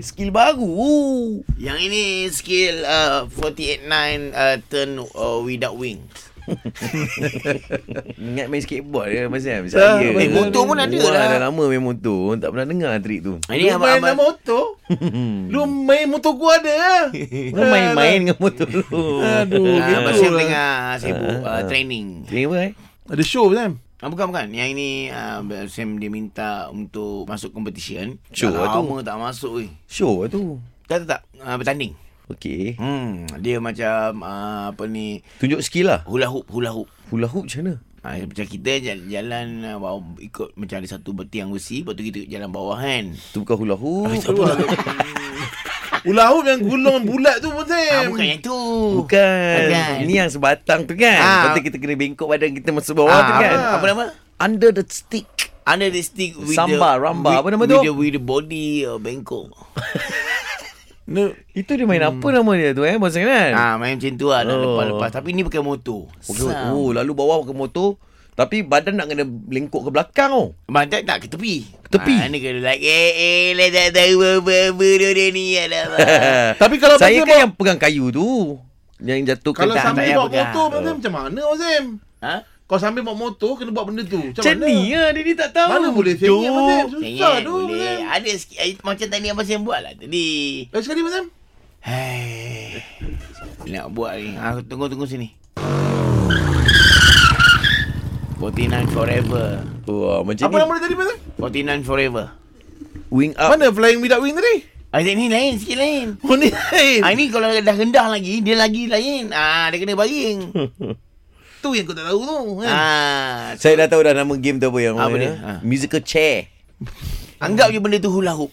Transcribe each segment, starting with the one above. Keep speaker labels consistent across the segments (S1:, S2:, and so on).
S1: Skill baru.
S2: Yang ini skill uh, 489 uh, turn uh, without wings.
S3: Ingat main skateboard je Mas Sam
S1: Tak,
S3: Saya
S1: main Ah, Eh, motor
S2: pun ada
S3: Wah,
S2: lah.
S3: Dah lama main motor Orang Tak pernah dengar trik tu
S1: Lu
S2: Ini
S1: main nama
S2: abang-abang
S1: motor. Lu main motor gua ada. Ah,
S3: Lu main-main dengan motor tu Ah,
S1: Aduh,
S2: uh,
S1: gitu
S2: Basim
S1: lah.
S2: tengah sibuk uh, training.
S3: Trik apa eh
S1: Ada show kan?
S2: Ah, bukan bukan. Yang ini uh, Sam dia minta untuk masuk competition.
S3: Sure
S2: Dah
S3: tu.
S2: lama tak masuk weh.
S3: Show lah tu
S2: Tak tak tak uh, bertanding.
S3: Okay
S2: Hmm, dia macam uh, apa ni
S3: Tunjuk skill lah
S2: hula hoop hula hoop.
S3: Hula hoop macam mana
S2: Ha, macam kita jalan, jalan ah, bawa, ikut macam ada satu tiang besi lepas tu kita jalan bawah kan.
S3: Tu bukan hula hoop
S1: Ulah hoop yang gulung bulat tu pun
S2: Ah,
S1: Sam.
S2: bukan yang tu.
S3: Bukan
S2: Bukan.
S3: Ini yang sebatang tu kan
S2: Ah.
S3: Lepas tu kita kena bengkok badan kita Masa bawah
S2: Ah,
S3: tu
S2: apa,
S3: kan
S2: apa nama?
S3: Under the stick
S2: Under the stick with the,
S3: Samba, ramba,
S2: with,
S3: apa nama tu?
S2: With the, with the body uh, bengkok.
S1: Ni-
S3: Itu dia main apa nama dia tu eh Bos kan
S2: Ah, main macam tu lah
S3: Oh.
S2: oh. lepas-lepas. Tapi ni pakai motor. Sam.
S3: Oh lalu bawah pakai motor Tapi badan nak kena lengkok ke belakang oh
S2: Abang tak, tak ke tepi.
S3: Ke tepi?
S2: Ah, ni kena like, eh, eh, lah tak tahu apa-apa dia ni. ya lah, Alamak.
S1: Tapi kalau benda
S3: Saya kan
S1: bawa-
S3: yang pegang kayu tu Yang jatuh ke
S1: Kalau
S2: tak- tak
S1: sambil
S2: payah
S1: bawa
S2: pegang.
S1: motor benda
S3: Oh.
S1: macam mana Mak Sam?
S2: ha?
S1: Kau sambil bawa motor kena buat benda tu. Macam
S3: Macam ni
S1: mana?
S3: lah dia ni tak tahu
S1: Mana boleh
S3: Dok.
S1: sengit Mak Sam? Susah
S2: Sengat
S1: tu kan? Mak
S2: boleh.
S1: Sam.
S2: Ada sikit, eh, macam tadi Abang Sam buat lah tadi.
S1: Lagi sekali Mak Sam.
S2: Hai. Nak buat ni. Ha, tunggu-tunggu sini. 49 forever.
S3: Wah, macam
S1: Apa
S3: ni Ah.
S1: nama dia tadi Mak Sam?
S2: 49 forever.
S3: Wing up
S1: Mana flying without wing tadi?
S2: Ah, ni lain, sikit lain.
S1: Oh ni lain.
S2: Ah, ni kalau dah rendah lagi, dia lagi lain. Ah, dia kena baring.
S1: Tu yang kau tak tahu tu kan.
S2: ah,
S3: Saya dah tahu dah nama game tu apa yang
S2: Apa
S3: main,
S2: dia?
S3: eh?
S2: Ha.
S3: Musical chair
S2: anggap je benda tu hula hoop.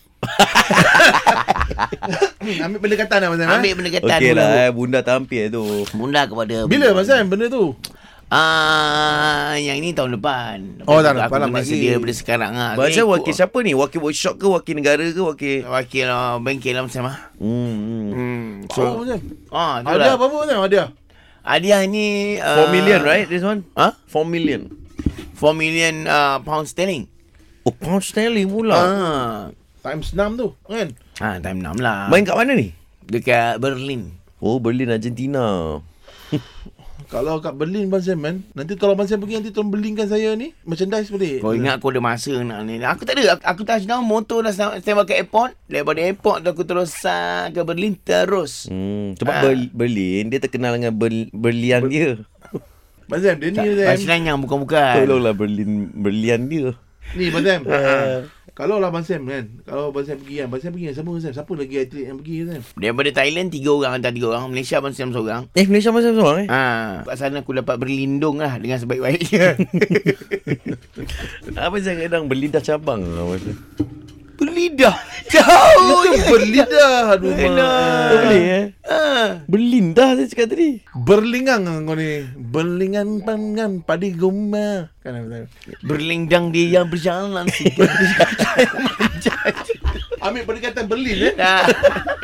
S1: Hmm, Ambil benda kata dah Mak Sam. eh?
S2: Ambil benda ketan
S3: Okey
S2: hula hoop.
S3: lah eh, Bunda tampil tu
S2: Bunda kepada
S1: Bila Mak Sam benda tu?
S2: Ah, yang ni tahun depan.
S1: Oh, tahun
S2: Aku
S1: depan lah,
S2: kena
S1: Mak Sam.
S2: sedia daripada sekarang ah.
S3: Macam
S2: Ikut
S3: wakil
S2: lah.
S3: siapa ni? Wakil workshop ke? Wakil negara ke? Wakil
S2: Wakil ah, bengkel lah macam ah.
S3: Hmm, hmm.
S2: Hmm.
S1: So, oh, Mak Sam.
S2: Ah, tu
S1: Hadiah
S2: lah.
S1: apa-apa Mak Sam? Hadiah.
S2: Hadiah ni ah,
S3: 4 million right this one?
S2: Huh?
S3: 4 Ah. Ha? million
S2: 4 million uh, pound sterling.
S3: Oh pound sterling pula
S2: Ah.
S1: Times 6 tu kan.
S2: Ah, time 6 lah.
S3: Main kat mana ni?
S2: dekat Berlin.
S3: Oh Berlin Argentina
S1: Kalau kat Berlin Abang Sam kan. Nanti tolong Abang Sam pergi nanti tolong berlinkan saya ni. Merchandise boleh.
S2: Kau ingat aku ada masa nak ni. Aku tak ada. Aku, aku touch down motor dah sam- sampai ke airport. Daripada airport tu aku terus ah, ke Berlin terus.
S3: hmm, Sebab
S2: Ah.
S3: Ber- Berlin Dia terkenal dengan ber- berlian dia
S1: Abang Sam dia ni Abang Sam.
S2: Masih nanyang bukan-bukan.
S3: Tolonglah Berlin Berlian dia
S1: Ni Abang Sam. Kalau lah Abang Sam kan. Kalau Abang Sam pergi kan. Abang Sam pergi kan. Siapa Abang Sam? Siapa lagi atlet yang pergi Abang Sam?
S2: Daripada Thailand tiga orang hantar tiga orang. Malaysia abang Sam seorang.
S3: Eh Malaysia masa seorang eh
S2: Ha, kat sana aku dapat berlindung lah dengan sebaik-baiknya.
S3: Apa saya kadang berlidah cabang lah masa.
S2: Berlidah. Jauh.
S1: Itu berlidah aduh
S3: Tak
S1: mak.
S3: boleh eh.
S2: Ha.
S3: Berlindah saya cakap tadi.
S1: Berlingang kan kau ni. Berlingan pangan padi goma. Kan Abang Sam.
S2: Berlindang dia yang berjalan.
S1: Ambil pendekatan Berlin eh.
S2: Dah.